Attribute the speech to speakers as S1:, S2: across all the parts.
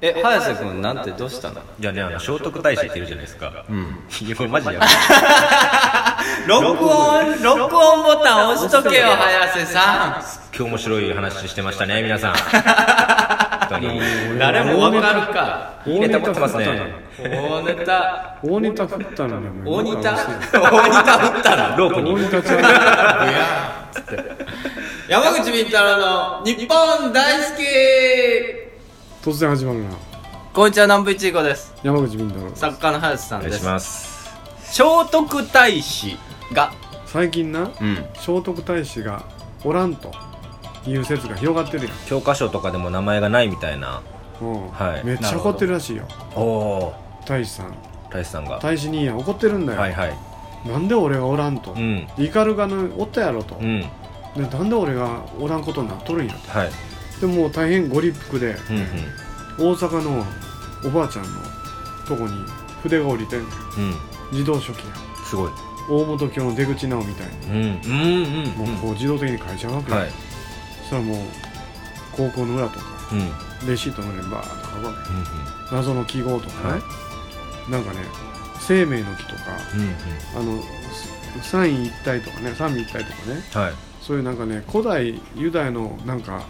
S1: え早瀬君なんてどうしたの
S2: いやねあの聖徳太子っているじゃないですか
S1: うん
S2: いやこれマジやばい
S1: 録音録音ボタン押しとけよ早瀬さ
S2: 今日面白い話してましたね皆さ ん本当に
S1: ん誰もわかるか
S2: いいネタ持ってますね
S1: 大ネタ
S3: 大ネタ振ったのにも
S1: 大
S3: う
S1: ネタ
S2: 大仁田打ったらロープ
S3: 大
S2: に
S3: ネタちゃう
S1: 山口み太郎の日本大好き
S3: 突然始まるな
S1: こんにちは南部一子です
S3: 山口敏太郎
S1: 作家の早瀬さ
S2: お
S1: ん
S2: 願
S1: で
S2: い
S1: す
S2: します
S1: 聖徳太子が
S3: 最近な
S1: うん
S3: 聖徳太子がおらんという説が広がってるや、
S2: 教科書とかでも名前がないみたいなん
S3: うん
S2: はい
S3: めっちゃ怒ってるらしいよ
S2: おお
S3: 太子さん
S2: 大志さんがは
S3: 太子兄やん怒ってるんだよ、
S2: いはい
S3: なんで俺がおらんと、
S2: うん
S3: イカルガのおったやろと、
S2: うん
S3: でなんで俺がおらんことになっとるんや
S2: はい
S3: でもう大変ご立腹で
S2: うん
S3: 大阪のおばあちゃんのとこに筆が降りてん
S2: うんうん
S3: 自動書記や
S2: すごい
S3: 大本教の出口直みたいに
S2: うんうんうん
S3: もうこう自動的に書いちゃうわけよ、
S2: はい
S3: そしたらもう高校の裏とか
S2: うんうん
S3: レシートの裏にバーッと書くわけ謎の記号とかね、
S2: は
S3: なんかね生命の木とか
S2: うんうん
S3: あのす三位一体とかね三位一体とかね
S2: はい
S3: そういうなんかね古代ユダヤのなんか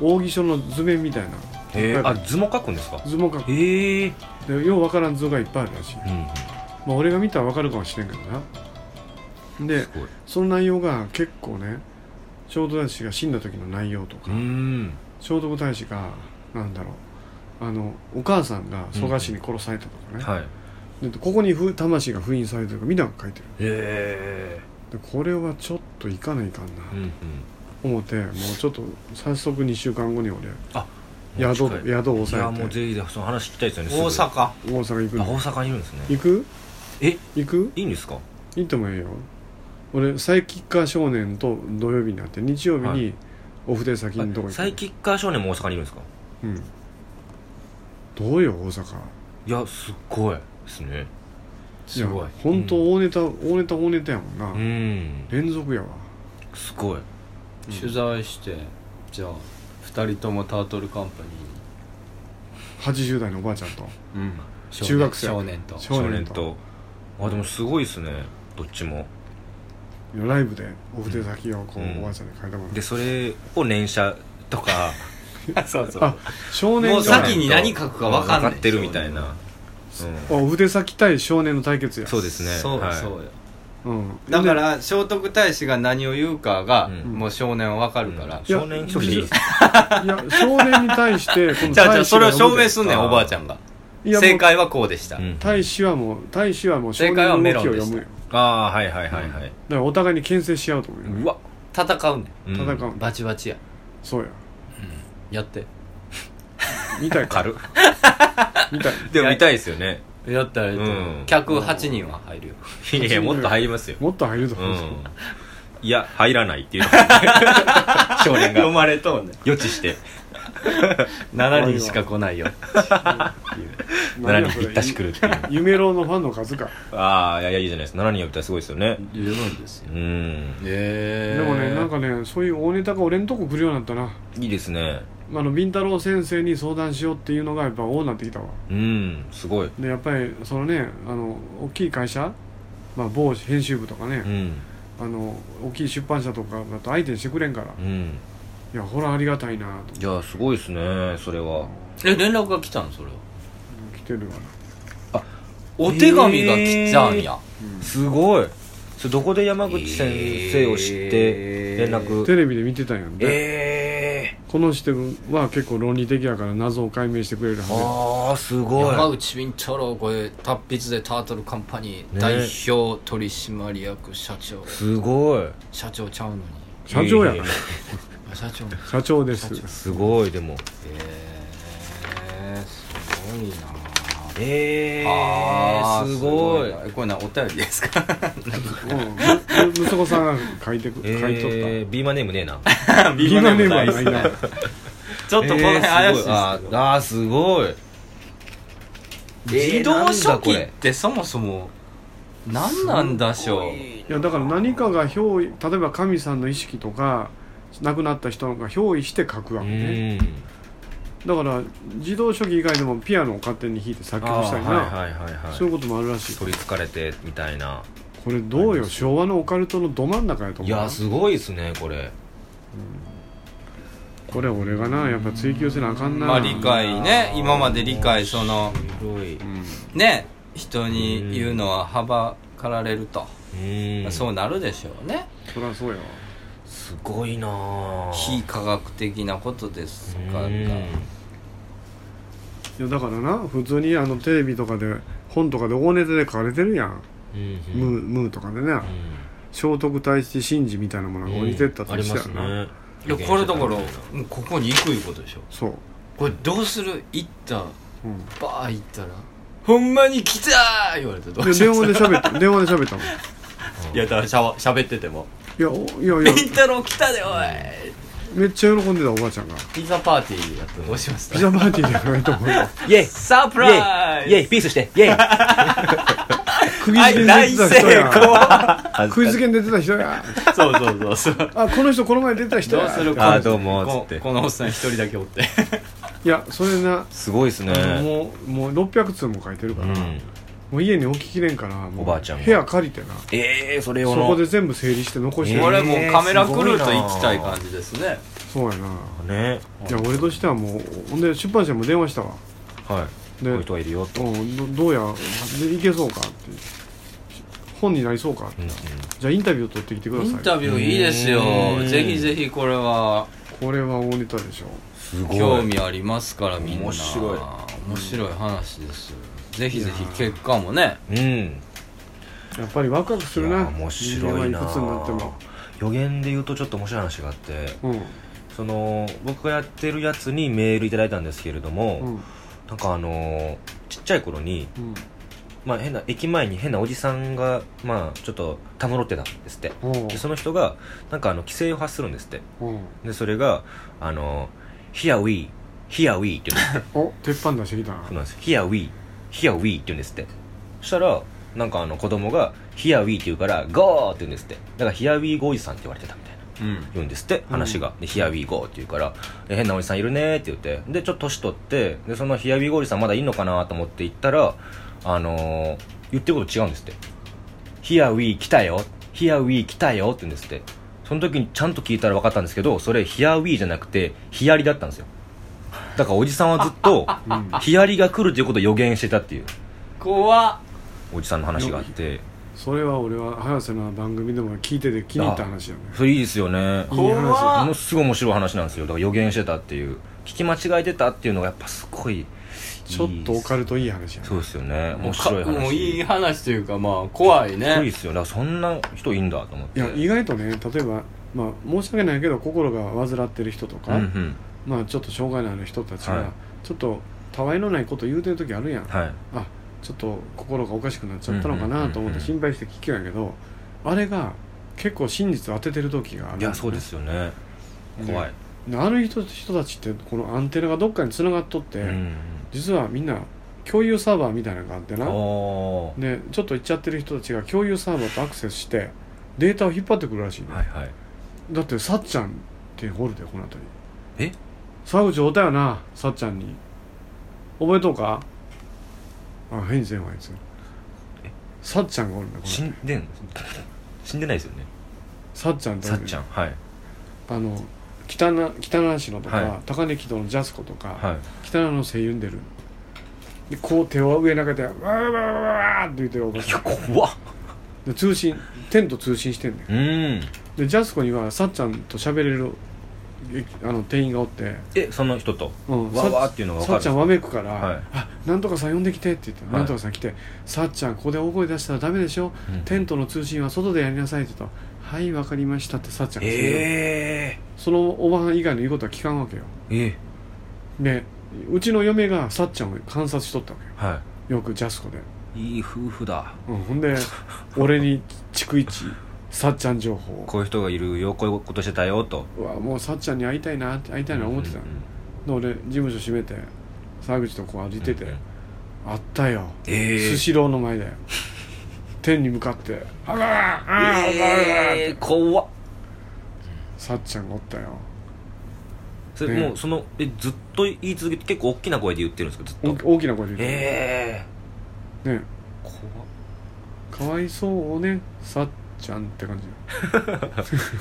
S3: 扇書の図面みたいな
S2: えー、
S3: は
S2: あ
S3: い
S2: 図も書くんですか
S3: 図も書く
S2: ええー、
S3: でようわからん図がいっぱいあるらしい、
S2: うんうん
S3: まあ、俺が見たらわかるかもしれんけどなです
S2: ごい
S3: その内容が結構ね聖徳太子が死んだ時の内容と
S2: う
S3: か、
S2: ん
S3: 聖徳太子がなんだろうあのお母さんが蘇我氏に殺されたとかね、
S2: はい
S3: でここにふ魂が封印されてるとかみんなが書いて
S2: え
S3: るでこれはちょっといかないかんな、
S2: えうんうん
S3: 思ってもうちょっと早速2週間後に俺
S2: あ
S3: 宿
S2: もう近い
S3: 宿を
S2: いや
S3: 抑
S2: も
S3: え
S2: う
S3: て
S2: ぜひその話聞きたいですよねすぐ
S1: 大阪
S3: 大阪行く
S2: あ大
S3: の
S2: 阪にいるんですね
S3: 行く
S2: え
S3: 行く
S2: いいんですか
S3: 行ってもええよ俺サイキッカー少年と土曜日になって日曜日
S2: は
S3: にお筆先のとこ行く、
S2: サイキッカー少年も大阪にいるんですか
S3: うんどうよ大阪
S2: いやすっごいですねすごい
S3: や本当大ネタ、大ネタ大ネタやもんな、
S2: うん
S3: 連続やわ
S2: すごい
S1: 取材してじゃあ2人ともタートルカンパニーに
S3: 80代のおばあちゃんと
S1: 少年
S3: 中学生
S1: 少年と
S3: 少
S2: 少
S3: 年
S2: 年
S3: と
S2: とあでもすごいですねどっちも
S3: ライブでお筆先をこう、
S2: うん
S3: おばあちゃんに書いたもん
S2: でそれを連写とか
S1: そう
S3: あ少年
S1: もう
S3: 少
S1: 先
S3: 年
S1: に何書くか分かんない
S2: 分ってるみたいな
S3: あお筆先対少年の対決や
S2: そうですね
S1: そう
S2: はい
S1: そうよ、
S3: うん、
S1: だから聖徳太子が何を言うかが、
S2: うん
S1: もう少年は分かるから、
S2: うん
S1: じ
S3: や
S2: 少年一人でいいです
S3: いや少年に対 してこの
S1: ゃあじゃあ
S3: 大使
S1: それを証明すんねん
S2: あー
S1: おばあちゃんが
S3: いやもう
S1: 正解はこうでした、
S2: うん
S3: 大使はもう大使はもう少
S1: 正
S3: 年
S1: 解は
S3: の
S1: メ
S3: 動
S1: ロン
S3: きを
S1: でした
S3: 読むよだか
S2: ああはいはいはいはい
S3: らお互いに牽制し合うと思うよ
S2: うわ
S1: 戦うね
S2: うん
S3: 戦うん
S1: バチバチや
S3: そうや
S1: やって
S3: 見た いか
S2: 軽っ
S3: 見たい
S2: でも見たいですよね
S1: やったらやったら、
S2: うん
S1: 客8人は入るよ、
S2: いやいやもっと入りますよ
S3: もっと入ると
S2: う
S3: 思う、
S2: んいや入らないっていうのがね 少年が
S1: まれとうね
S2: 予 知して
S1: 7人しか来ないよ
S2: 7
S3: 何や
S2: 人
S3: それ
S2: ぴったし来るっ ていう
S3: 夢郎のファンの数か、
S2: ああいやいやいいじゃないですか7人呼びたらすごいですよね
S1: 十分です
S2: う
S1: よ
S2: ん
S1: え
S3: でもねなんかねそういう大ネタが俺んとこ来るようになったない
S2: いですね
S3: あのビンタロウ先生に相談しようっていうのがやっぱ多なってきたわ
S2: うんすごい
S3: でやっぱりそのねあの大きい会社、まあ、某編集部とかね、
S2: うん
S3: あの大きい出版社とかだと相手にしてくれんから、
S2: う
S3: い
S2: ん
S3: やほらありがたいなと思って
S2: いやすごいですねそれは
S1: え連絡が来たんそれは
S3: 来てるわな
S1: お手紙が来ちゃうんや、
S2: すごいそれどこで山口先生を知って連絡
S3: テレビで見てたんやん
S2: えー、
S3: で、この人は結構論理的やから謎を解明してくれるは
S2: ああすごい
S1: 山口敏太郎これ達筆でタートルカンパニー
S2: ね
S1: 代表取締役社長
S2: すごい
S1: 社長ちゃうのに
S3: ず社長やから、
S2: え
S1: あ社長
S3: 社長です
S1: 社長
S2: すごいでも
S1: えー、すごいな
S2: ええ
S1: あ
S2: ー、
S1: ー
S2: すごい
S1: なこれなお便りですか
S3: うんむむ息子さんが書いてく、
S2: え
S3: 書いとった
S2: えー、ビーマネームねえな
S3: ビーマネームはない
S1: ち
S3: な
S1: ょっとこの辺怪しいですけど
S2: あーあーすごい
S1: 自動書記
S2: え
S1: っ
S2: ーなんだこ
S1: てそもそも何なんだしょう
S3: いやだから何かが憑依例えば神さんの意識とか亡くなった人が憑依して書くわ
S2: れ
S3: けね
S2: うん
S3: だから自動書記以外でもピアノを勝手に弾いて作曲したりな、
S2: はいはいはいはい
S3: そういうこともあるらしい
S4: 取りつかれてみたいな
S3: これどうよ昭和のオカルトのど真ん中やと
S4: い
S3: 思う
S4: やすごいですねこれ
S3: これ俺がなやっぱ追求せなあかんな、
S4: まあ理解ね今まで理解その
S2: 広い
S3: うん
S4: ね人に言うのははばかられると、
S2: うん
S4: そうなるでしょうね
S3: そりゃそうやわ
S2: すごいなあ
S4: 非科学的なことですから
S2: う
S3: いやだからな普通にあのテレビとかで本とかで大ネタで書かれてるやん、
S2: ん
S3: ムームーとかでね聖徳太子神事みたいなものが降りてった
S2: あ
S3: と
S2: り
S3: し
S2: ま
S3: たら
S2: す
S3: な、
S2: ね
S4: いやこれだからもうここに行くいうことでしょ
S3: そう、
S1: これどうする行った
S3: うん、
S1: バー行ったら「ほんまに来た!」言われたらどう
S3: で
S1: し
S3: 電
S1: よう
S3: 話で喋った電話で喋ったもん
S1: いやだからしゃわしゃべってても
S3: いやおい
S1: 「
S3: やいや
S1: りんたろー来たでおい
S3: めっちゃ喜んでたおばあちゃんが
S1: ピザパーティーやってどうします
S3: ピザパーティーじゃないと思うよ
S2: イェイ
S1: サプライズ
S2: イェイイェイピースしてイェイ
S3: 釘
S1: はい
S3: 付けに
S1: 大
S3: 出てた人
S1: 成
S3: や
S1: 功
S3: 釘付けに出てた人 や
S1: そうそうそうそう
S3: あこの人この前出てた人
S1: どう
S3: や
S1: する
S2: あ
S1: こ
S2: どうも
S1: こ
S2: つって
S1: このおっさん一人だけおって
S3: いやそれな、
S2: すごいですね
S3: あのもうもう600通も書いてる
S2: う
S3: から、
S2: ん
S3: もう家に置ききれんからもう
S2: おばあちゃんが
S3: 部屋借りてな
S2: ええそれ
S3: そ
S2: を
S3: こで全部整理して残して
S2: えー
S4: こ
S3: る
S4: れもうカメラクルーと行きたい感じですね
S3: そうやな
S2: ね
S3: いや俺としてはもうほんで出版社にも電話したわ
S2: はいこう
S3: で
S2: いう人がいるよと
S3: うんどどうやでいけそうかって本になりそうかって
S2: うんうん
S3: じゃあインタビュー取ってきてくだ
S4: イン
S3: さい
S4: タビューいいですよ
S2: うん
S4: ぜひぜひこれは
S3: これは大ネタでしょ
S2: すごい
S4: 興味ありますからみんな
S2: 面白い
S4: 面白い話ですよぜひぜひ結果もね
S2: うん
S3: やっぱりワクワクする
S2: い
S3: な
S2: や面白い
S3: 人間はい
S2: な
S3: くつになっても
S2: 予言で言うとちょっと面白い話があって
S3: う
S2: その僕がやってるやつにメールいただいたんですけれども、
S3: んうん
S2: なんかあのーちっちゃい頃に、
S3: うん
S2: まあ、変な駅前に変なおじさんが、まあ、ちょっとたむろってたんですって
S3: おう
S2: でその人がなんかあの規制を発するんですって
S3: うん
S2: でそれが「あのー Here we Here we」って言うんです
S3: お鉄板出してきたな
S2: そうなんです「Here we Here we」って言うんですってそしたらなんかあの子供が「Here we」って言うから「Go!」って言うんですってだから「Here we go」おじさんって言われてたみたいな
S4: うん
S2: 言うんですって話が「で Here we go」って言うから「え変なおじさんいるね」って言ってでちょっと年取ってでその「Here we go」おじさんまだいんのかなと思って行ったらあのー言ってること違うんですって「Here we 来たよ」「Here we 来たよ」って言うんですってその時にちゃんと聞いたら分かったんですけどそれ「Here we じゃなくて「ヒアリだったんですよだからおじさんはずっ と
S3: ん
S2: 「ヒアリが来る」ということを予言してたっていう
S4: 怖っ
S2: おじさんの話があって
S3: それは俺は早瀬の番組でも聞いてて気に入った話やね
S2: それいいですよね
S3: いい話
S2: ものすごい面白い話なんですよだから予言してたっていう聞き間違えてたっていうのがやっぱすごい
S3: ちょっとオカ
S2: る
S3: ルトいい話やね
S2: そうですよね
S4: も
S2: 面
S4: うか
S2: 白い話
S4: もういい
S2: す
S4: 話というかまあ怖い
S2: ごいで
S4: ね
S2: すよだからそんな人いいんだと思っ
S3: い
S2: て
S3: や意外とね例えばまあ申し訳ないけど心が患ってる人と
S2: うん
S3: か、
S2: うん
S3: まあちょっと障害のある人たちが、
S2: はい
S3: ちょっとたわいのないこと言うてる時あるやん、
S2: はい
S3: あちょっと心がおかしくなっちゃったのか
S2: うんうんうん
S3: な
S2: うん
S3: と思って心配して聞くんやけどあれが結構真実を当ててる時があるん
S2: い
S3: だよ
S2: や
S3: ね
S2: そうですよね
S3: うん
S2: 怖い
S3: ある人人たちってこのアンテナがどっかに繋がっとって、
S2: うん
S3: 実はみんな共有サーバーみたいなのがあって
S2: あ
S3: な
S2: ー
S3: でちょっと行っちゃってる人たちが共有サーバーとアクセスしてデータを引っ張ってくるらしいね、
S2: はいはい
S3: だってさっちゃんってホルでこの辺り
S2: え
S3: 沢口おったよなさっちゃんに覚えとうかあ返事せんわあいつさっちゃんがおるんだこ
S2: 死
S3: れ
S2: んでん死んでないですよね
S3: さっちゃんってお
S2: さ
S3: る
S2: っ
S3: ね
S2: ちゃんはい
S3: あの北な北那市のとか、
S2: はい
S3: 高根木戸のジャスコとか、
S2: はい
S3: 北那の声優んでるでこう手を上に投げてわーわーわーわーって言ってるおば
S2: い
S3: さ
S2: や
S3: ん
S2: 怖っ
S3: で通信天と通信してんねん
S2: うん
S3: でジャスコにはさっちゃんと喋れるえあの店員がおって
S2: えその人と
S3: うん
S2: わ
S3: さ
S2: わーっていうのが分か
S3: さ
S2: る
S3: っちゃんわめくから「
S2: はい
S3: あなんとかさん呼んできて」って言って、
S2: い
S3: なんとかさん来て「さっちゃんここで大声出したらダメでしょ、
S2: うん
S3: テントの通信は外でやりなさい」って言うと「はいわかりました」ってさっちゃんが言う
S2: え
S3: そのおばはん以外の言うことは聞かんわけよ
S2: ーえ
S3: でうちの嫁がさっちゃんを観察しとったわけよ
S2: は
S3: よくジャスコで、
S2: いいい夫婦だ
S3: うん、ほんで俺に逐一さっちゃん情報を
S2: こういう人がいるよこういうことしてたよと
S3: うわもうさっちゃんに会いたいなって会いたいな思ってた
S2: うん
S3: の
S2: う、ん
S3: で俺事務所閉めて沢口とこう歩いてて、
S2: うんうん
S3: あったよ
S2: ええ
S3: スシローの前だよ天に向かって「あららあららあらら」
S2: えー、怖っ
S3: さっちゃんがおったよ
S2: それ
S3: ね
S2: もうそのえずっと言い続けて結構大きな声で言ってるんですかず
S3: お
S2: っと
S3: 大きな声で言って
S2: ええ
S3: ね
S2: 怖っ
S3: かわいそうねさっちゃんって感じ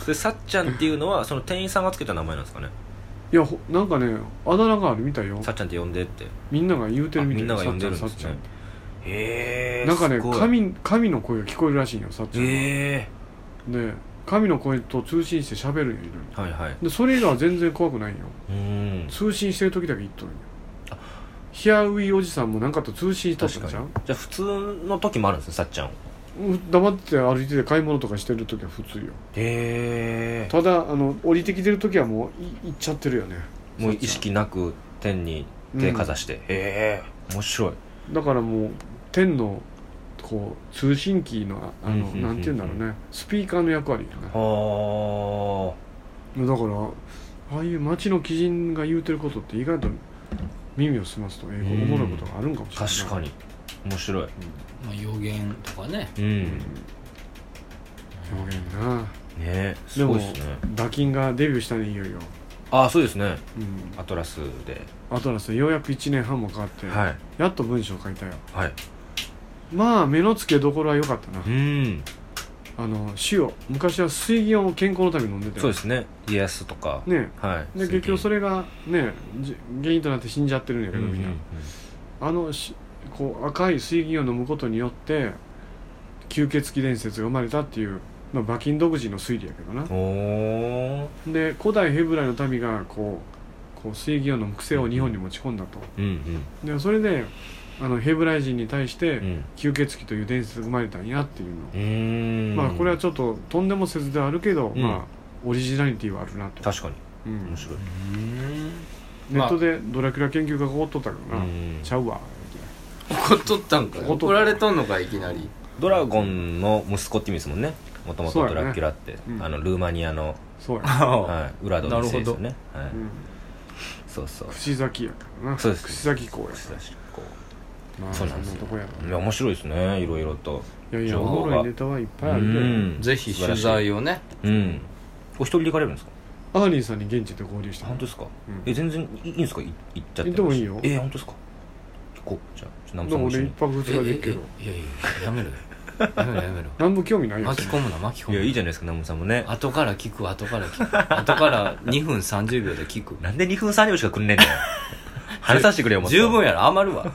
S2: それさっちゃんっていうのはその店員さんがつけた名前なんですかね
S3: いやほなんかねあだ名があるみたいよ
S2: さっちゃんって呼んでって
S3: みんなが言うてるみた
S2: あみ
S3: い
S2: んなが呼んでるんですね
S3: さっちゃんさっち
S2: へ
S3: ゃ
S2: え
S3: んなんかね
S2: へ
S3: 神神の声が聞こえるらしいんよさっちゃんは
S2: え
S3: で神の声と通信して喋るんやいろい
S2: はいはい
S3: ろでそれ以外は全然怖くないんよ
S2: うん
S3: 通信してる時だけ言っとるんよヒアウイおじさんもなんかと通信しとった
S2: 確
S3: ん
S2: かに
S3: じ
S2: じ
S3: ゃ
S2: ゃ
S3: ん
S2: あ普通の時もあるんですねさっちゃんを
S3: うん黙って歩いてて買い物とかしてる時は普通よ
S2: へえ
S3: ただあの降りてきてる時はもうい行っちゃってるよね
S2: もう意識なく天に手かざして、へえ面白い
S3: だからもう天のこう通信機のああの、
S2: うんうんうんうん
S3: なんて言うんだろうねスピーカーの役割よねだか
S2: は
S3: らああいう街の鬼人が言うてることって意外と耳を澄ますと英語お
S2: うん
S3: もろいことがあるんかも
S2: あ
S3: しれない
S2: 確かに面白い
S1: まあ、予言とかね
S2: うん、ね
S3: 表現な
S2: えす
S3: で
S2: ご
S3: も
S2: いですね
S3: 打金がデビューしたねいよいよ、
S2: ああそうですね
S3: うん、
S2: アトラスで、
S3: あとはさようやく1年半もかかって、
S2: はい
S3: やっと文章書いたよ
S2: はい
S3: まあ目の付けどころは良かったな
S2: うん
S3: あの塩昔は水銀を健康のために飲んでたよ
S2: そうですね家康とか、
S3: ね
S2: はい
S3: で結局そ
S2: れ
S3: れがねじ原因となって死んじゃってるんやけどみんな、あのしこう赤い水銀を飲むことによって吸血鬼伝説が生まれたっていう、まあ、馬琴独自の推理やけどな
S2: おお
S3: で古代ヘブライの民がこうこう水銀を飲む癖を日本に持ち込んだと
S2: うんうん
S3: でそれであのヘブライ人に対して
S2: うん
S3: 吸血鬼という伝説が生まれたんやっていうの、
S2: うーん
S3: まあこれはちょっととんでもせずではあるけど、
S2: うん
S3: まあオリジナリティはあるなと、
S2: 確かに
S3: うん
S2: 面白い、
S1: うん
S3: ネットでドラキュラ研究家がおっとったからな、
S2: うん
S3: ちゃうわ
S1: 怒っとったんかい
S3: 怒っとった
S1: 怒られとんのかいきなり
S2: ドラゴンの息子って意味ですもんねもとも
S3: そう
S2: と
S3: や
S2: ド
S3: ね
S2: ラキュラって、
S3: うん
S2: あのルーマニアの、
S3: そう や、
S2: はい、裏の店ですよね、はい
S3: うん、
S2: そうそう
S3: 串崎やからな
S2: そうです
S3: 串崎港やか
S2: 串だしこう
S3: らまあ
S2: そ
S3: そ
S2: うんな
S3: なん
S2: ですよ
S3: とこや
S2: いや面白いですねいろいろと
S3: いやいや
S2: 情
S3: お
S2: 報が
S3: もろいネタはいっぱいあるけど、
S2: うん
S1: ぜひ取材をね
S2: うんお一人で行かれるんですか
S3: アーニーさんに現地で合流した
S2: 本当ですか、
S3: うん
S2: え全然いいいんですかい行っちゃって
S3: 行ってもいいよ
S2: えー、本当ですか行こうじゃあちょっと南
S3: で
S2: 部さん
S3: も
S2: も一
S3: 俺
S2: 緒に
S3: 一泊二日で行くけど
S1: えええいやいややめろよやめろやめ ろ
S3: 何も興味ないよ
S1: 巻き込むな巻き込
S2: い
S1: む
S2: や
S1: ない
S2: いじゃないですか南部さんもね
S1: 後から聞く後から聞く後から2分30秒で聞 く
S2: なんで2分3秒しかくんねえんだよ話させてくれよもっと
S1: 十分やろ余るわ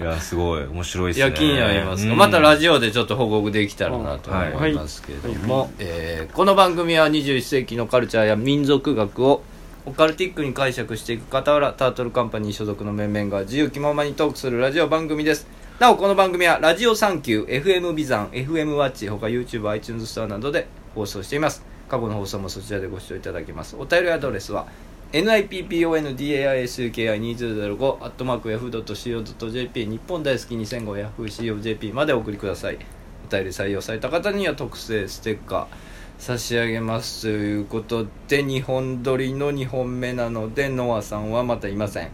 S2: いやすごい面白いっすね
S1: 夜勤やりますが、またラ
S2: ジ
S1: ジオでちょっと報告できたらなと思いますけれども、
S3: はい
S1: えーこの番組は21世紀のカルチャーや民族学をオカルティックに解釈していく傍らタートルカンパニー所属の面々が自由気ままにトークするラジオ番組ですなおこの番組はラジオサンキュー FM ビザン FM ワッチ他 YouTube iTunes ストアなどで放送しています過去の放送もそちらでご視聴いただけますお便りアドレスは nippondaisuki2005-yahoo.co.jp 日本大好き 2005-yahoo.co.jp までお送りくださいお便り採用された方には特製ステッカー差し上げますということで2本撮りの2本目なのでノアさんはまたいません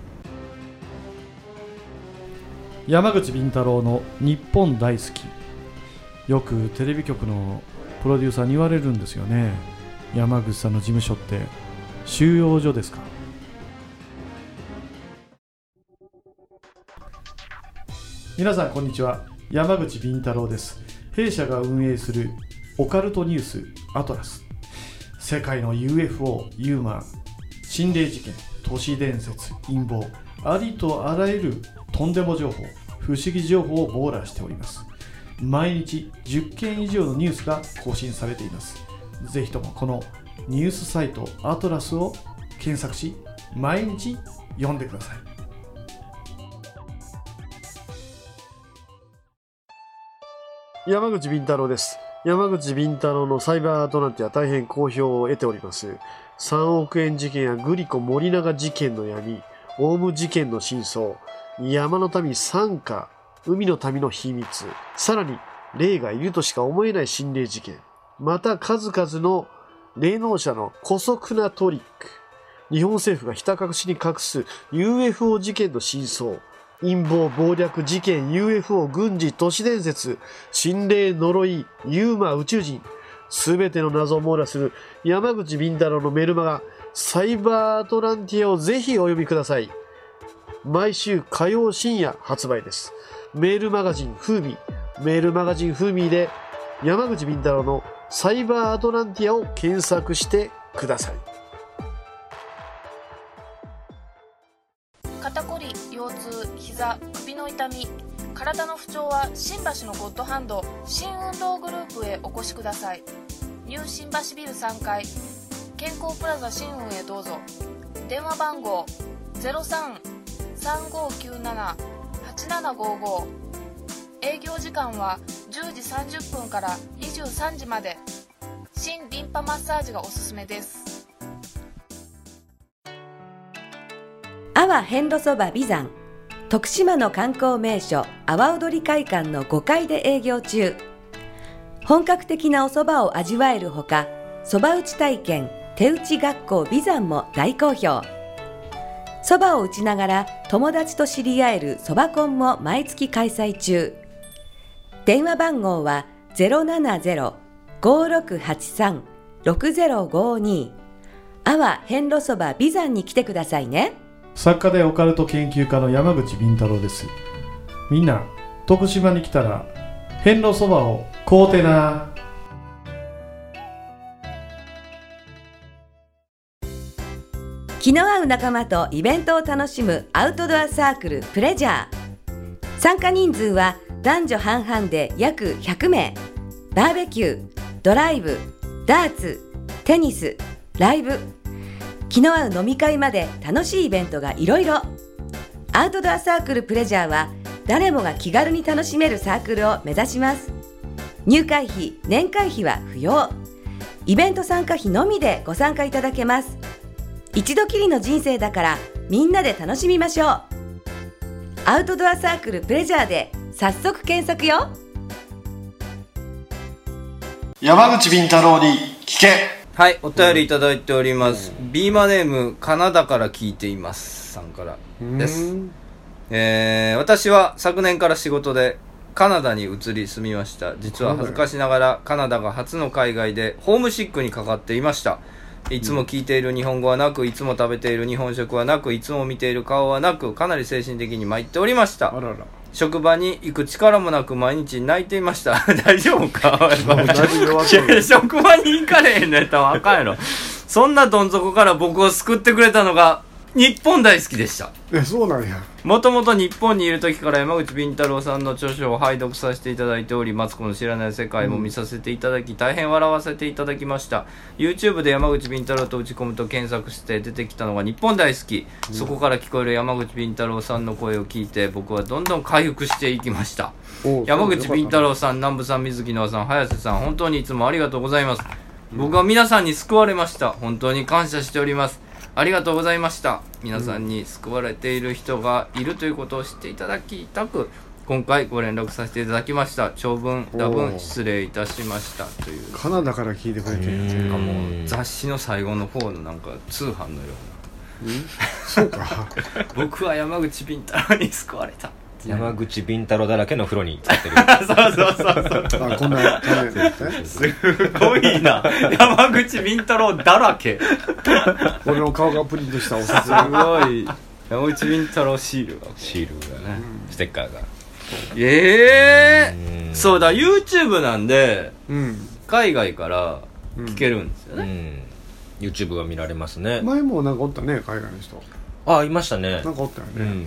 S5: 山口敏太郎の日本大好きよくテレビ局のプロデューサーに言われるんですよね山口さんの事務所って収容所ですか皆さんこんにちは山口敏太郎です弊社が運営するオカルトニュースアトラス世界の UFO ユーマン心霊事件都市伝説陰謀ありとあらゆるとんでも情報不思議情報を網羅しております毎日10件以上のニュースが更新されていますぜひともこのニュースサイトアトラスを検索し毎日読んでください
S6: 山口敏太郎です。山口敏太郎のサイバーアトランティア大変好評を得ております。3億円事件やグリコ森永事件の闇、オウム事件の真相、山の民参加、海の民の秘密、さらに霊がいるとしか思えない心霊事件、また数々の霊能者の古速なトリック、日本政府がひた隠しに隠す UFO 事件の真相、陰謀、暴略、事件、UFO、軍事、都市伝説、心霊、呪い、ユーマ、宇宙人、すべての謎を網羅する山口敏太郎のメルマガ、サイバーアトランティアをぜひお読みください。毎週火曜深夜発売です。メールマガジンフーミー、メールマガジンフーミーで山口敏太郎のサイバーアトランティアを検索してください。
S7: 肩こり腰痛膝首の痛み体の不調は新橋のゴッドハンド新運動グループへお越しくださいニュー新橋ビル3階健康プラザ新運へどうぞ電話番号0335978755営業時間は10時30分から23時まで新リンパマッサージがおすすめです
S8: 阿波遍路そば美山徳島の観光名所阿波踊り会館の5階で営業中本格的なお蕎麦を味わえるほか蕎麦打ち体験手打ち学校美山も大好評蕎麦を打ちながら友達と知り合える蕎麦コンも毎月開催中電話番号は070-5683-6052阿波遍路そば美山に来てくださいね
S5: 作家でオカルト研究家の山口敏太郎ですみんな徳島に来たら遍路そばを買うてな
S8: 気の合う仲間とイベントを楽しむアウトドアサークルプレジャー参加人数は男女半々で約100名バーベキュードライブダーツテニスライブ気の合う飲み会まで楽しいイベントがいろいろアウトドアサークルプレジャーは誰もが気軽に楽しめるサークルを目指します入会費年会費は不要イベント参加費のみでご参加いただけます一度きりの人生だからみんなで楽しみましょうアウトドアサークルプレジャーで早速検索よ
S6: 山口敏太郎に聞け
S1: はい、お便りいただいております。ビーマネーム、カナダから聞いています。さんからです。えー私は昨年から仕事でカナダに移り住みました実は恥ずかしながらカナダが初の海外でホームシックにかかっていましたいつも聞いている日本語はなくいつも食べている日本食はなくいつも見ている顔はなくかなり精神的に参っておりました
S3: あらら
S1: 職場に行く力もなく毎日泣いていました 大丈夫か職場に行かれへんのやったらあかんやろそんなどん底から僕を救ってくれたのが日本大好きでした
S3: えそうなんや
S1: もともと日本にいる時から山口敏太郎さんの著書を拝読させていただいており、マツコの知らない世界も見させていただき、大変笑わせていただきました。YouTube で山口敏太郎と打ち込むと検索して出てきたのが日本大好き。そこから聞こえる山口敏太郎さんの声を聞いて、僕はどんどん回復していきました。
S3: おう
S1: 山口
S3: そう
S1: 敏
S3: よか
S1: 太
S3: っ
S1: 郎さん、南部さん、水木のさん、早瀬さん、本当にいつもありがとうございます。僕は皆さんに救われました。本当に感謝しております。ありがとうございました。皆さんに救われている人がいるということを知っていただきたく、今回ご連絡させていただきました。長文、多文、失礼いたしました。という、
S3: たカナダから聞いてくれてる
S1: なんかもう雑誌の最後の方のなんか通販のよ
S3: そうか
S1: うな。僕は山口敏太郎に救われた。
S2: 山口敏太郎だらけの風呂に浸ってる
S1: そうそうそうそう。
S3: あこんなカメラですね
S1: すごいな。山口敏太郎だらけ。
S3: 俺の顔がプリントしたお札
S1: すごい。山口敏太郎シールが。
S2: シールがねステッカーが
S1: ええ
S2: うん
S1: そうだ、YouTube なんで、
S3: うん
S1: 海外から聞けるんですよ
S2: う
S1: ね。
S2: ん YouTube が見られますね
S3: 前もなんかおったね海外の人
S2: あいましたね
S3: なんかおったよ
S2: う
S3: ね
S2: ん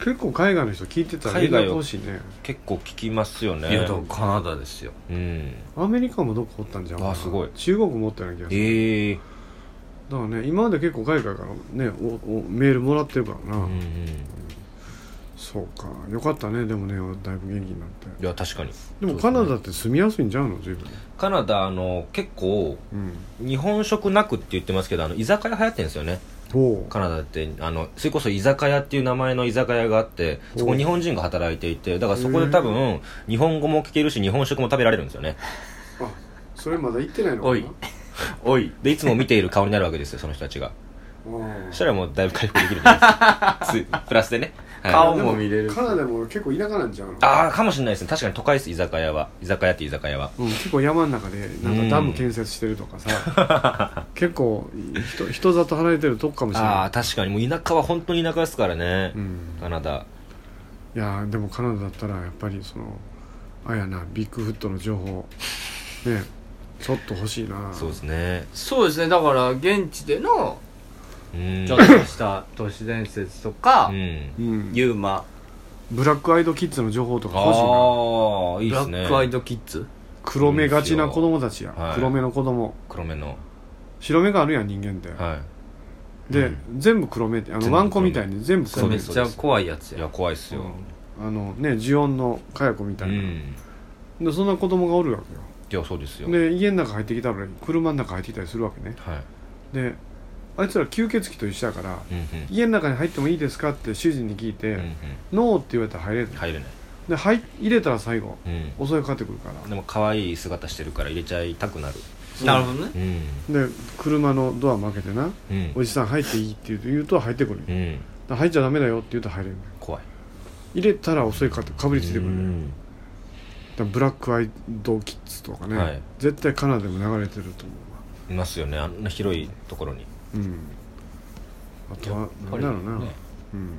S3: 結構海外の人聞いてたら
S2: 海外を
S3: 連絡欲しいね
S2: 結構聞きますよね
S1: いや、だからカナダですよ。
S2: うん
S3: アメリカもどこおったんじゃん
S2: あすごい
S3: 中国もおったような気がする
S2: ええ
S3: だからね今まで結構海外からねおおメールもらってるからな、
S2: うんうん
S3: そうかよかったねでもねだいぶ元気になって
S2: いや確かに
S3: でもカナダって住みやすいんちゃうの随分
S2: カナダあの結構
S3: うん
S2: 日本食なくって言ってますけどあの居酒屋流行ってるんですよね
S3: ほう
S2: カナダってあのそれこそ居酒屋っていう名前の居酒屋があってそこに日本人が働いていてだからそこで多分日本語も聞けるし日本食も食べられるんですよね
S3: それまだ行ってないのかな
S1: おいおい。
S2: でいつも見ている顔 になるわけですよその人たちが
S3: あ
S2: そし
S3: ー
S2: たらもうだいぶ回復できると思いますつプラスでね
S1: 顔も見れる
S3: カナダも結構田舎なんちゃうの
S2: ああかもしれないですね確かに都会です居酒屋は居酒屋って居酒屋は
S3: うん、結構山の中でなんかダム建設してるとかさ、結構人人里離れてるとこかもしれ
S2: あ
S3: な
S2: あ
S3: い、
S2: 確かにもう田舎は本当に田舎ですからね、
S3: うん、
S2: カナダ
S3: いやーでもカナダだったらやっぱりそのあやなビッグフットの情報ねちょっと欲しいな
S2: そうですね
S1: そうですねだから現地での
S2: うん
S1: ちょっとした都市伝説とか、
S2: うん
S3: うん、
S1: ユーマ
S3: ブラックアイドキッズの情報とか欲しいな
S2: ああい
S1: ブ
S2: いで
S1: ラ
S2: すね
S1: ックアイドキッズ
S3: 黒目がちな子供たちや、
S2: はい
S3: 黒目の子供
S2: 黒目の
S3: 白目があるやん人間って、
S2: は
S3: で、
S2: う
S3: 全部黒目ってあ
S2: 全
S3: の
S2: 部
S3: ワンコみたいに全部黒
S2: う
S1: め
S3: 目
S1: っ
S2: です
S1: ちゃ怖いやつ
S2: いいや
S1: や
S2: 怖いっすよ、
S3: あのねジオンのカヤ子み
S2: う
S3: たいな、
S2: ん
S3: でそんな子供がおるわけよ
S2: いやそうですよ、
S3: で家の中入ってきたら車の中入ってきたりするわけね
S2: はい
S3: であいつら吸血鬼と一緒やから
S2: うんうん
S3: 家の中に入ってもいいですかって主人に聞いて、
S2: うん
S3: ノーって言われたら入れる
S2: うん入れない、
S3: で入入れたら最後
S2: うん
S3: 襲いかかってくるから
S2: でも可愛い姿してるから入れちゃいたくなる
S1: なるほどね
S2: うん
S3: で車のドアも開けてな
S2: うん
S3: おじさん入っていいって言うと言うと入ってくるよ
S2: う
S3: だか
S2: ん
S3: ら入っちゃダメだよって言うと入れる
S2: 怖い
S3: 入れたら襲いかかってかぶりついてくる
S2: う
S3: よ
S2: ん
S3: だからブラックアイドキッズとかね、
S2: はい
S3: 絶対カナダでも流れてると思う
S2: い
S3: わ
S2: ますよねあんな広いところに
S3: うんあとは何だろうな、
S1: ね
S3: うん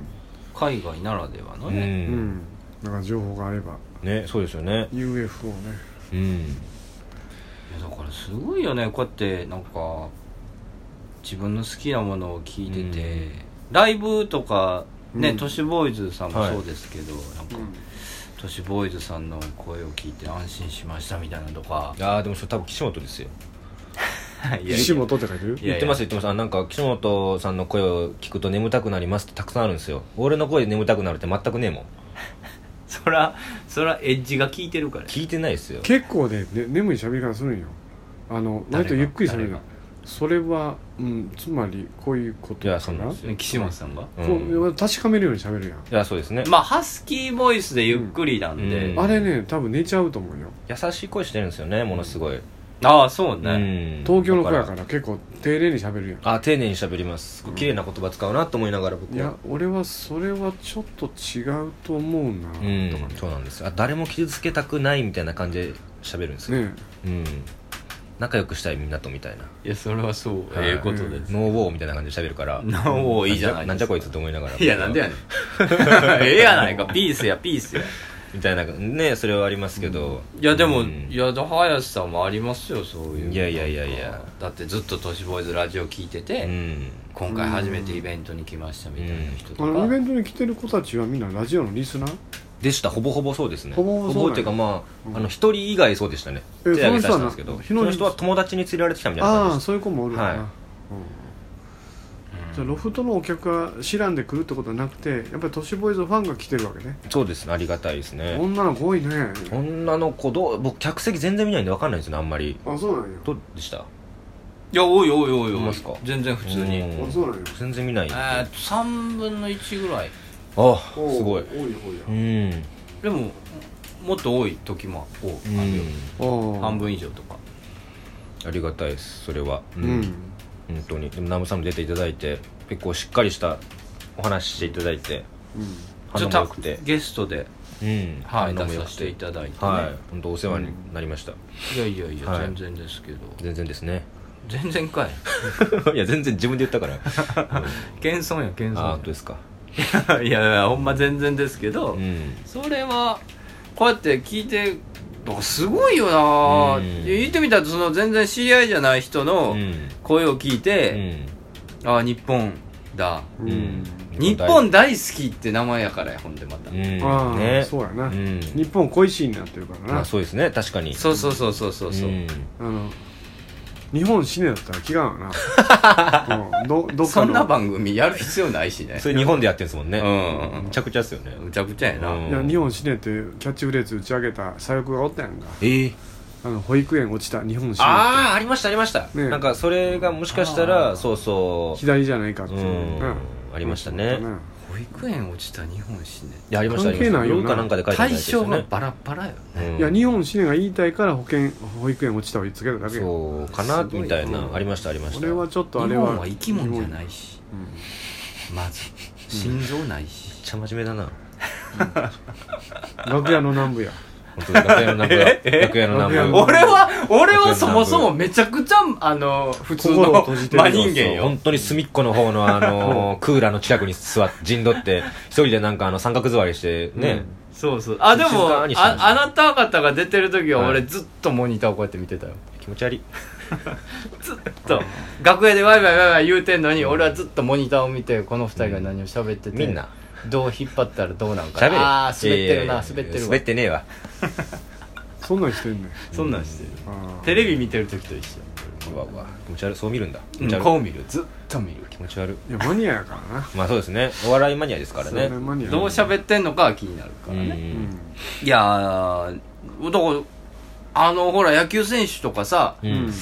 S1: 海外ならではの
S2: う
S1: ね、
S3: うんんなんか情報があれば
S2: ねそうですよね
S3: UFO ね
S2: うん
S1: いやだからすごいよねこうやってなんか自分の好きなものを聞いてて、
S2: うん
S1: ライブとかね、
S3: うん
S1: 都市ボーイズさんも
S2: はい
S1: そうですけど、なんか、都市ボーイズさんの声を聞いて安心しましたみたいなとか
S2: ああでもそれ多分岸本ですよ
S1: いやい
S3: 石
S1: や
S3: 本って書いてる
S1: いや
S2: 言ってます言ってますあなんか岸本さんの声を聞くと眠たくなりますってたくさんあるんですよ俺の声で眠たくなるって全くねえもん
S1: そらそらエッジが効いてるから
S2: 聞いてないですよ
S3: 結構ねね眠い喋り方するんよあの割とゆっくり喋る
S1: 誰が
S3: のそれは、うん、つまりこういうこと
S2: いやそうなんですよ
S1: ね岸本さんが、
S2: うん
S3: こう確かめるように喋る
S2: い
S3: やん、
S2: やそうですね、
S1: まあハスキーボイスでゆっくりなんで、
S2: うん
S3: あれね多分寝ちゃうと思うよ
S2: 優しい声してるんですよねものすごい、
S1: ああそうね、
S2: うん
S3: 東京の子やか
S2: だ
S3: ら結構丁寧に喋るやん
S2: らあ丁寧に喋ります綺麗な言葉使うなと思いながら僕
S3: いや
S2: は
S3: 俺はそれはちょっと違うと思うなとか
S2: う
S3: ね
S2: んそうなんですあ誰も傷つけたくないみたいな感じで喋るんですよ、
S3: ね
S2: うん仲良くしたいみんなとみたいない
S1: やそれはそう、
S2: はい
S1: ええことです、
S2: ノーウォーみたいな感じで喋るから
S1: ノーウォーいいじゃないですか
S2: なんじゃこいつと思いながら
S1: いやなんでやねん ええやないかピースやピースや
S2: みたいなねそれはありますけど、
S1: いやでも、
S2: うん
S1: いやだ林さんもありますよそういう
S2: いやいやいやいや
S1: なんかだってずっと都市ボーイズラジオ聞いてて、
S2: うん
S1: 今回初めてイベントに来ましたみたいな人と
S3: あ
S1: か、
S3: のイベントに来てる子たちはみんなラジオのリスナー
S2: でしたほぼほぼそうですね
S3: ほぼほぼそうなんや
S2: っていうかまあ
S3: うん
S2: あの一人以外そうでしたね
S3: え
S2: 手挙げさせ
S3: そ
S2: たん
S3: の
S2: で
S3: 人は
S2: すけど
S3: な
S2: その人は友達に連れられてきたみたいな
S3: ああ
S2: 感
S3: ー
S2: じ
S3: そういう子もおるわな、
S2: はい
S3: うんじゃあロフトのお客が知らんで来るってことはなくてやっぱり都市ボーイズファンが来てるわけね
S2: そうですねありがたいですね
S3: 女の子多いね
S2: 女の子どう僕客席全然見ないんで分かんないんですよねあんまり
S3: あそうなんや
S2: どうでした
S1: いやおいおいおい
S2: ほん
S1: お
S2: ま
S1: い
S2: っすか
S1: 全然普通に、
S2: うん
S3: あそうなんや
S2: 全然見ない
S1: えー、と3分の1ぐらい
S2: あ
S3: おう
S2: すごい
S3: 多い方や
S2: うん
S1: でももっと多い時もある
S2: うん
S1: よ、
S3: ああ
S1: 半分以上とか
S2: ありがたいですそれはう
S3: うん
S2: 本当にでもナムさんも出ていただいて結構しっかりしたお話ししていただいて
S1: ちょ
S2: 反
S1: っ
S2: 応も
S1: と
S2: 良くて
S1: ゲストで、
S2: うん
S1: はい、
S2: 反応
S1: 出
S2: も良
S1: さ
S2: く
S1: せていただいて、ね
S2: はい本当お世話になりました
S1: い、やいやいや、
S2: はい
S1: 全然ですけど
S2: 全然ですね
S1: 全然かい
S2: いや全然自分で言ったから
S1: 謙遜や謙
S2: ああ本当
S1: 遜
S2: ですか
S1: や いやいやほんま全然ですけど、
S2: うん
S1: それはこうやって聞いてあすごいよなあ
S2: うん
S1: 言ってみたらその全然知り合いじゃない人
S2: う
S1: の
S2: ん
S1: 声を聞いうて、
S2: ん
S1: ああ日本だ
S2: うん
S1: 日本大好きって名前やからやほんでまた、
S2: うん
S3: ああ、
S2: ね
S3: そうやな、
S2: うん
S3: 日本恋しいになってるからな
S2: まあそうですね確かに
S1: そうそうそうそうそうそう、
S2: ん
S3: あの日本死ねだったら気が合うな、うん、どどっか
S1: そ
S3: の
S1: んな番組やる必要ないしね
S2: それ日本でやってるんですもん
S1: う
S2: ね
S1: ん
S2: むちゃくちゃですよね
S1: むちゃくちゃやな、
S2: うん
S3: いや日本死ねってキャッチフレーズ打ち上げた左翼がおったやんか
S2: ええ
S3: あの保育園落ちた日本死ねっ
S2: ああありましたありました
S3: ね
S2: なんかそれがもしかしたらそうそ
S3: て左じゃないかって
S2: うう
S3: いうんうん
S2: ありましたね
S1: 保育園落ちた日本史ね
S2: いやありましたあり
S3: 関係
S2: ました
S3: ないよな
S2: ルーかなんかで書いてあった
S1: 対
S2: やつですよ
S1: 象が
S2: ね
S1: バラバラよね、
S2: うん
S3: いや日本死ねが言いたいから保険保育園落ちたを言いつけただけよ
S2: そうかな
S1: すごい
S2: みたいな
S1: うん
S2: ありましたありました
S3: 俺はちょっとあ
S1: 日
S3: れは
S1: 本は生き物じゃないし
S3: うん
S1: まず心臓ないし、
S2: ちゃ真面目だな
S3: 楽屋の南部や
S2: 本当に楽屋の 南部だ楽屋の南部
S3: 楽
S1: 俺は俺はそもそもめちゃくちゃあの普通の
S3: 心を閉じてる
S1: 真人間
S2: そう
S1: よ
S2: 本当に隅っこの方のあのークーラーの近くに座って陣取って一人でなんかあの三角座りしてね、
S1: そうそうあでも
S2: 静かにしたん
S1: あ
S2: ですよ
S1: あなた方が出てる時は
S2: はい
S1: 俺ずっとモニターをこうやって見てたよ、
S2: 気持ち悪い
S1: ずっと楽屋でワイワイワイワイ言うてんのに俺はずっとモニターを見てこの二人が何を喋ってて、
S2: みんな
S1: どう引っ張ったらどうなんか
S2: 喋れ
S1: ああ滑ってるな、
S2: いやいやいや
S1: 滑ってるわ
S2: 滑ってねえわ
S3: そんなんしてんねん
S1: そんなんしてる
S3: あ
S1: テレビ見てる時と一緒
S2: うわうわ気持ち悪いそう見るんだ気
S1: う
S2: 持ち
S1: ん
S2: 悪い、
S1: こう見るずっと見る
S2: 気持ち悪い
S3: ーいやマニアやからな
S2: まあそうですねお笑いマニアですからね
S3: それマニア
S1: どう喋ってんのかは気になるからね、
S2: う
S3: うんん
S1: いやーだからあのほら野球選手とかさ
S2: う
S3: うんん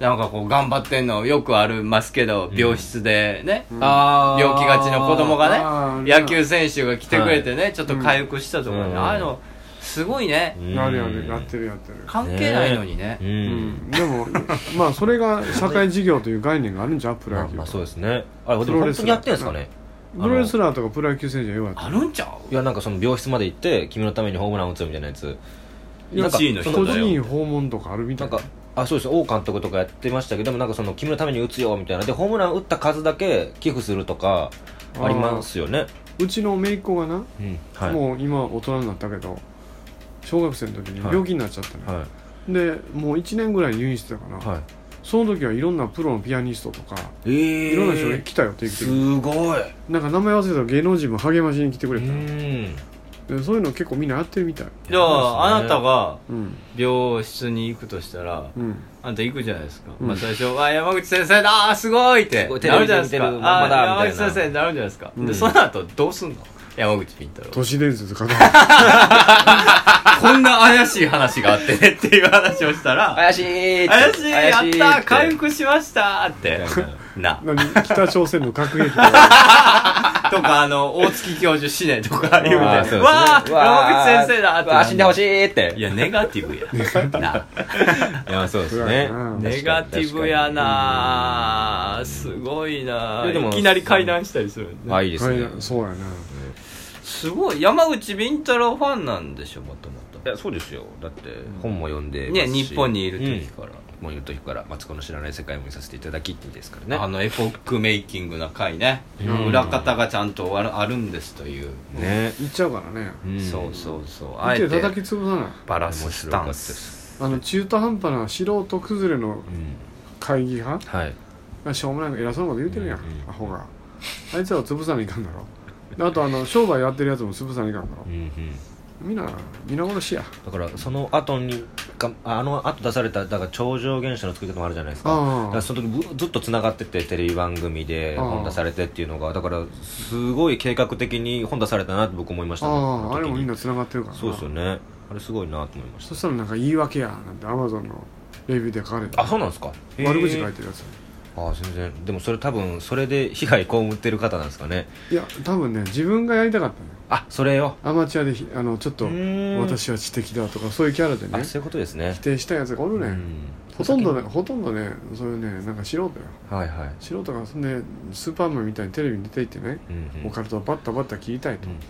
S1: なんかこう頑張ってんのよくありますけど、
S2: ん
S1: 病室でね、
S4: あー
S1: 病気がちの子供
S3: あ
S1: が
S3: ー
S1: ね野球選手が来てくれてね、ちょっと
S3: うん
S1: 回復したとかね、
S2: うん
S1: ああいうのすごいね
S3: やるやるやってるやってる
S1: 関係ないのにね
S2: う
S3: うんんでもまあそれが社会事業という概念があるんじゃうプロ
S2: まあ
S3: 野球
S2: まあそう
S3: と
S2: ですねあれで
S3: プ
S2: も
S3: ロ
S2: 本
S3: レ
S2: 当
S3: スラー
S2: にやってるんですかね
S3: プロレスラーとかプロ野球選手は弱い
S1: あるんちゃ
S2: いやなんかその病室まで行って君のためにホームラン打つみたいなやつ
S1: う
S2: なんか
S1: 1位の
S3: 個
S1: 人だよ
S3: 人訪問とかあるみた
S2: ないんかあそうです王監督とかやってましたけどでもなんかその君のために打つよみたいなでホームラン打った数だけ寄付するとかありますよね
S3: うちの姪っ子がな
S2: うんはい
S3: もう今大人になったけど小学生の時に
S2: はい
S3: 病気になっちゃったの、
S2: は
S3: でもう1年ぐらい入院してたかな、
S2: いは
S3: その時はいろんなプロのピアニストとか
S2: いえ
S3: いろんな人が来たよ定期的
S2: す
S3: に
S2: ごい
S3: なんか名前忘れたけど芸能人も励ましに来てく
S2: う
S3: れたの
S2: ん
S3: でそういうの結構みんなやってるみたい
S1: じゃああなたが
S3: うん
S1: 病室に行くとしたら
S3: うん
S1: あんた行くじゃないですか、
S3: うん
S1: まあ最初「わあ山口先生だあーすごい!」って
S2: すごい
S1: なるじゃないで
S2: テ
S1: す
S2: レビ
S1: か
S2: で見てるまんまだ
S1: あー山
S2: みたいな
S1: 口先生になるじゃないですか、
S3: うん
S1: でその後どうすんの山口ピン太郎
S3: 都市伝説かな
S1: こんな怪しい話があってねっていう話をしたら、
S2: 怪しいって
S1: 怪しい、や
S2: って
S1: った回復しましたって。 な。
S3: 何北朝鮮の核兵器とか
S1: とか、あ の、大月教授死ねとか言うて、
S2: あ
S1: わ
S2: ーそうですね
S1: あ山口先生だって
S2: わあ死んでほし
S1: い。
S2: いって
S1: いや、ネガティブや。 な。
S2: いやそうです
S3: 暗い
S2: ね
S3: な
S1: ネガティブやなすごいな
S2: でも
S1: いきなり会談したりする、
S2: あいいですね
S3: はいそうやな
S1: すごい。山口敏太郎ファンなんでしょ、もとも
S2: い
S1: と。
S2: やそうですよだって本も読んでま
S1: ね、
S2: すし
S1: 日本にいる時か
S2: うん
S1: ら。
S2: もう言う時から「マツコの知らない世界」を見させていただきってですからね
S1: あのエポックメイキングな回ね、
S2: うん
S1: 裏方がちゃんとあるあるんですという、
S2: ね
S3: 行っちゃうからね
S2: ん
S1: そうそうそうあ
S3: 見
S1: え
S3: て叩
S1: て
S3: き潰さない
S1: バラすスタンス
S3: あの中途半端な素人崩れの
S2: うん
S3: 会議派
S2: はい
S3: しょうもない偉そうなこと言うてるやん、
S2: うん
S3: アホがあいつらを潰さないかんだろであとあの商売やってるやつも潰さないかんだろ
S2: うんうん
S3: みんな皆殺しや
S2: だからその後にがあの後出されただから超常現象の作り方もあるじゃないですか
S3: ああ
S2: だからその時ぶずっとつながっててテレビ番組で
S3: ああ
S2: 本出されてっていうのがだからすごい計画的に本出されたなって僕思いましたね
S3: あああれもみん
S2: な
S3: な繋がってるからな
S2: そうですよねあれすごいなと思いまし
S3: そしたらなんか言い訳やなんてアマゾンのレビューで書かれて
S2: たあそうなんですかへえ
S3: 悪口書いてるやつ
S2: ああ全然でもそれ多分それで被害被ってる方なんですかね
S3: いや多分ね自分がやりたかったのよ
S2: あそれよ
S3: アマチュアでひあのちょっと
S2: うーん
S3: 私は知的だとかそういうキャラで
S2: あ
S3: ね
S2: そういうことですね
S3: 否定したやつがおるね、
S2: うん
S3: ほとんどねほとんどねそういうねなんか素人よ
S2: はいはい
S3: 素人がそんでスーパーマンみたいにテレビに出ていってね、
S2: うんうん
S3: オカルトをバッタバッタ切りたいと、
S2: うんうん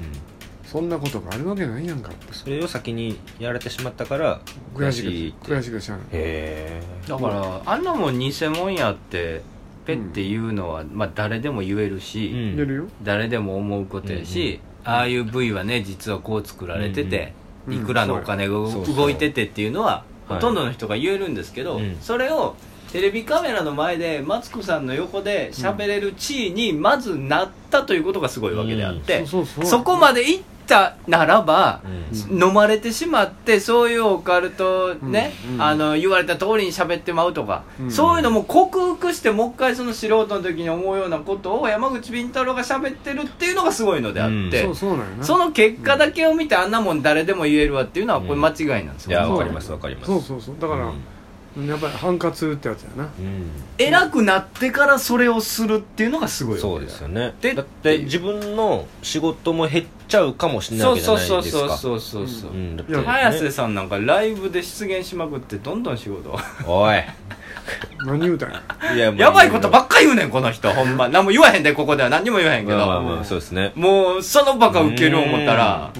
S3: そんなことがあるわけないやんか
S2: それを先にやられてしまったから
S3: 悔
S2: っ
S3: しく
S2: て
S3: て悔しくてしゃあない
S2: へ
S1: だからあんなもん偽物やってペッて言うのは、まあ誰でも言えるし、
S2: え
S3: 言えるよ
S1: 誰でも思うことやし、ああいう部位はね実はこう作られてて、
S3: うんうん
S1: いくらのお金が
S2: んそうよ
S1: 動いててっていうのは
S2: そうそう
S1: ほとんどの人が言えるんですけど、
S2: はいうん
S1: それをテレビカメラの前でマツコさんの横で喋れる地位にまずなったということがすごいわけであって、
S3: そうそう
S1: そこまで行ったならば、
S2: うん
S1: 飲まれてしまってそういうオカルトね、
S3: うんうん
S1: あの言われた通りに喋ってまうとか、
S3: うん
S1: そういうのも克服してもう一回その素人の時に思うようなことを山口敏太郎が喋ってるっていうのがすごいのであって、
S3: そうそうなんやな
S1: その結果だけを見てあんなもん誰でも言えるわっていうのはこれ間違いなんです
S2: い
S1: よ、
S2: や
S3: そう
S2: わかりますわかります
S3: そうそうそうだから、やっぱりハンカツってやつやな
S2: うん
S1: 偉くなってからそれをするっていうのがすごいわけだ
S2: そうですよね
S1: で
S2: だって自分の仕事も減っちゃうかもしれない
S1: そ
S2: わ
S1: う
S2: けじ
S1: そう
S2: ゃないです
S1: そ
S2: か
S1: うそうそうそうそう
S2: うんだって
S3: いや
S2: ね
S1: 早瀬さんなんかライブで出現しまくってどんどん仕事を
S2: おい
S3: 何言うたんや
S2: いや
S1: やばいことばっか言うねん、この 人。ほんま。何も言わへんで、ここでは。何にも言わへんけ
S2: まあま
S1: ど。
S2: あまあそうですね
S1: もう、そのバカウケる思ったら、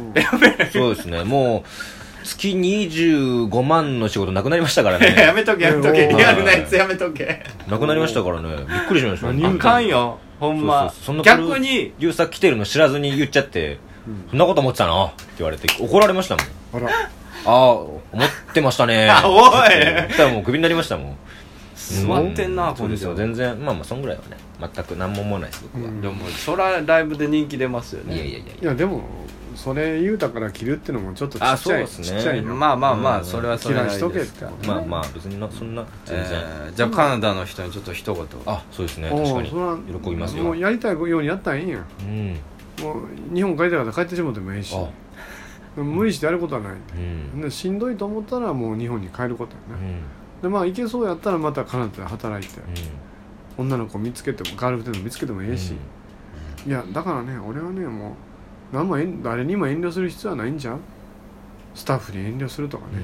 S2: そうですねもう月25万の仕事なくなりましたから
S1: や
S2: ね
S1: めとけ、やめとけ。リアルなやつやめとけ。
S2: なくなりましたからねびっくりしましたね
S1: あかんよ。ほんま
S2: そうそうそん。な
S1: 逆に、
S2: 優作来てるの知らずに言っちゃって、そんなこと思ってたのって言われて怒られ ましたもん
S3: あら
S2: ああ思ってましたね
S1: あおい
S2: そしたらもうクビになりましたもん
S1: 座ってんな、
S2: うそ
S1: こ
S2: う
S1: れ
S2: ですよ全然まあまあそんぐらいはね全く何も思わないです僕は、
S3: う
S2: い
S3: ん
S1: でも、そらライブで人気出ますよね。
S2: やいやいや
S3: いやでもそれ言うたから着るってのもちょっとち
S2: あ
S3: っち
S2: そう
S3: ゃ
S2: で
S3: い
S2: す
S3: ち
S2: ね
S3: っちゃいよ
S1: まあまあま
S2: う
S1: あ、
S2: ん
S1: それはそれ
S3: 嫌
S1: ないり
S3: しとけ
S1: で
S3: っ
S1: す
S3: て
S1: か
S3: こ
S1: ら
S3: とね
S2: まあまあ別になそんな全然、
S1: えーじゃあカナダの人にちょっと一言
S2: あそうですね
S3: おう
S2: 確かに
S3: そら
S2: 喜びますよ
S3: もうやりたいようにやったらいいんや
S2: うん
S3: もう日本帰りたから帰ってしもてもええし
S2: あ
S3: 無理してやることはない
S2: うん、
S3: でしんどいと思ったらもう日本に帰ること
S2: う
S3: やね、
S2: ん
S3: でまあ行けそうやったらまたカナダで働いて女の子見つけてもガールフレンド見つけても
S2: う
S3: え
S2: ん
S3: えし、いやだからね俺はねもう何も遠誰にも遠慮する必要はないんじゃんスタッフに遠慮するとか
S2: うん
S3: ね、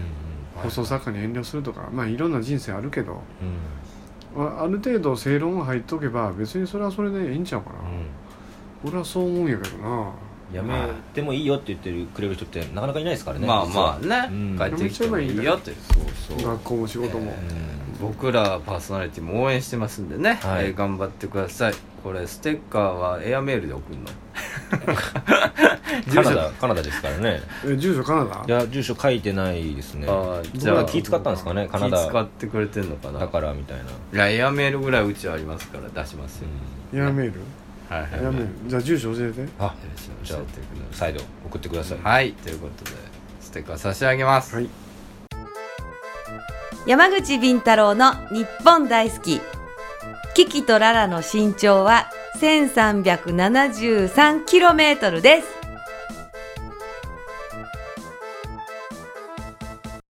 S3: 放送作家に遠慮するとかまあいろんな人生あるけど
S2: うんうん
S3: あある程度正論が入っとけば別にそれはそれでいいんちゃうかな、
S2: うん
S3: 俺はそう思うんやけどな
S2: やめてもいいよって言ってるくれる人ってなかなかいないですからね
S1: まあまあ
S2: うん
S1: ね、帰ってきてもいいよって。
S2: そうそう
S3: 学校も仕事も、
S1: 僕らパーソナリティも応援してますんでね、
S2: はい
S1: えー頑張ってくださいこれステッカーはエアメールで送るの
S2: カナダカナダですからね
S3: え住所カナダ
S2: いや住所書いてないですね
S1: あー
S2: じゃあ気使ったんですかねカナ
S1: 気使
S2: ダ
S1: ってくれてんのかな
S2: だからみたいな、
S1: いやエアメールぐらいうちはありますから出しますよ、
S3: エアメール
S1: はいはい
S3: エアメールじゃあ住所教えて
S2: あ
S1: じ
S2: じ
S1: ゃ
S2: ゃ
S1: あ
S2: あ再度送ってください、
S1: はいということでステッカー差し上げます、
S3: はい
S8: 山口敏太郎の日本大好きキキとララの身長は 1373km です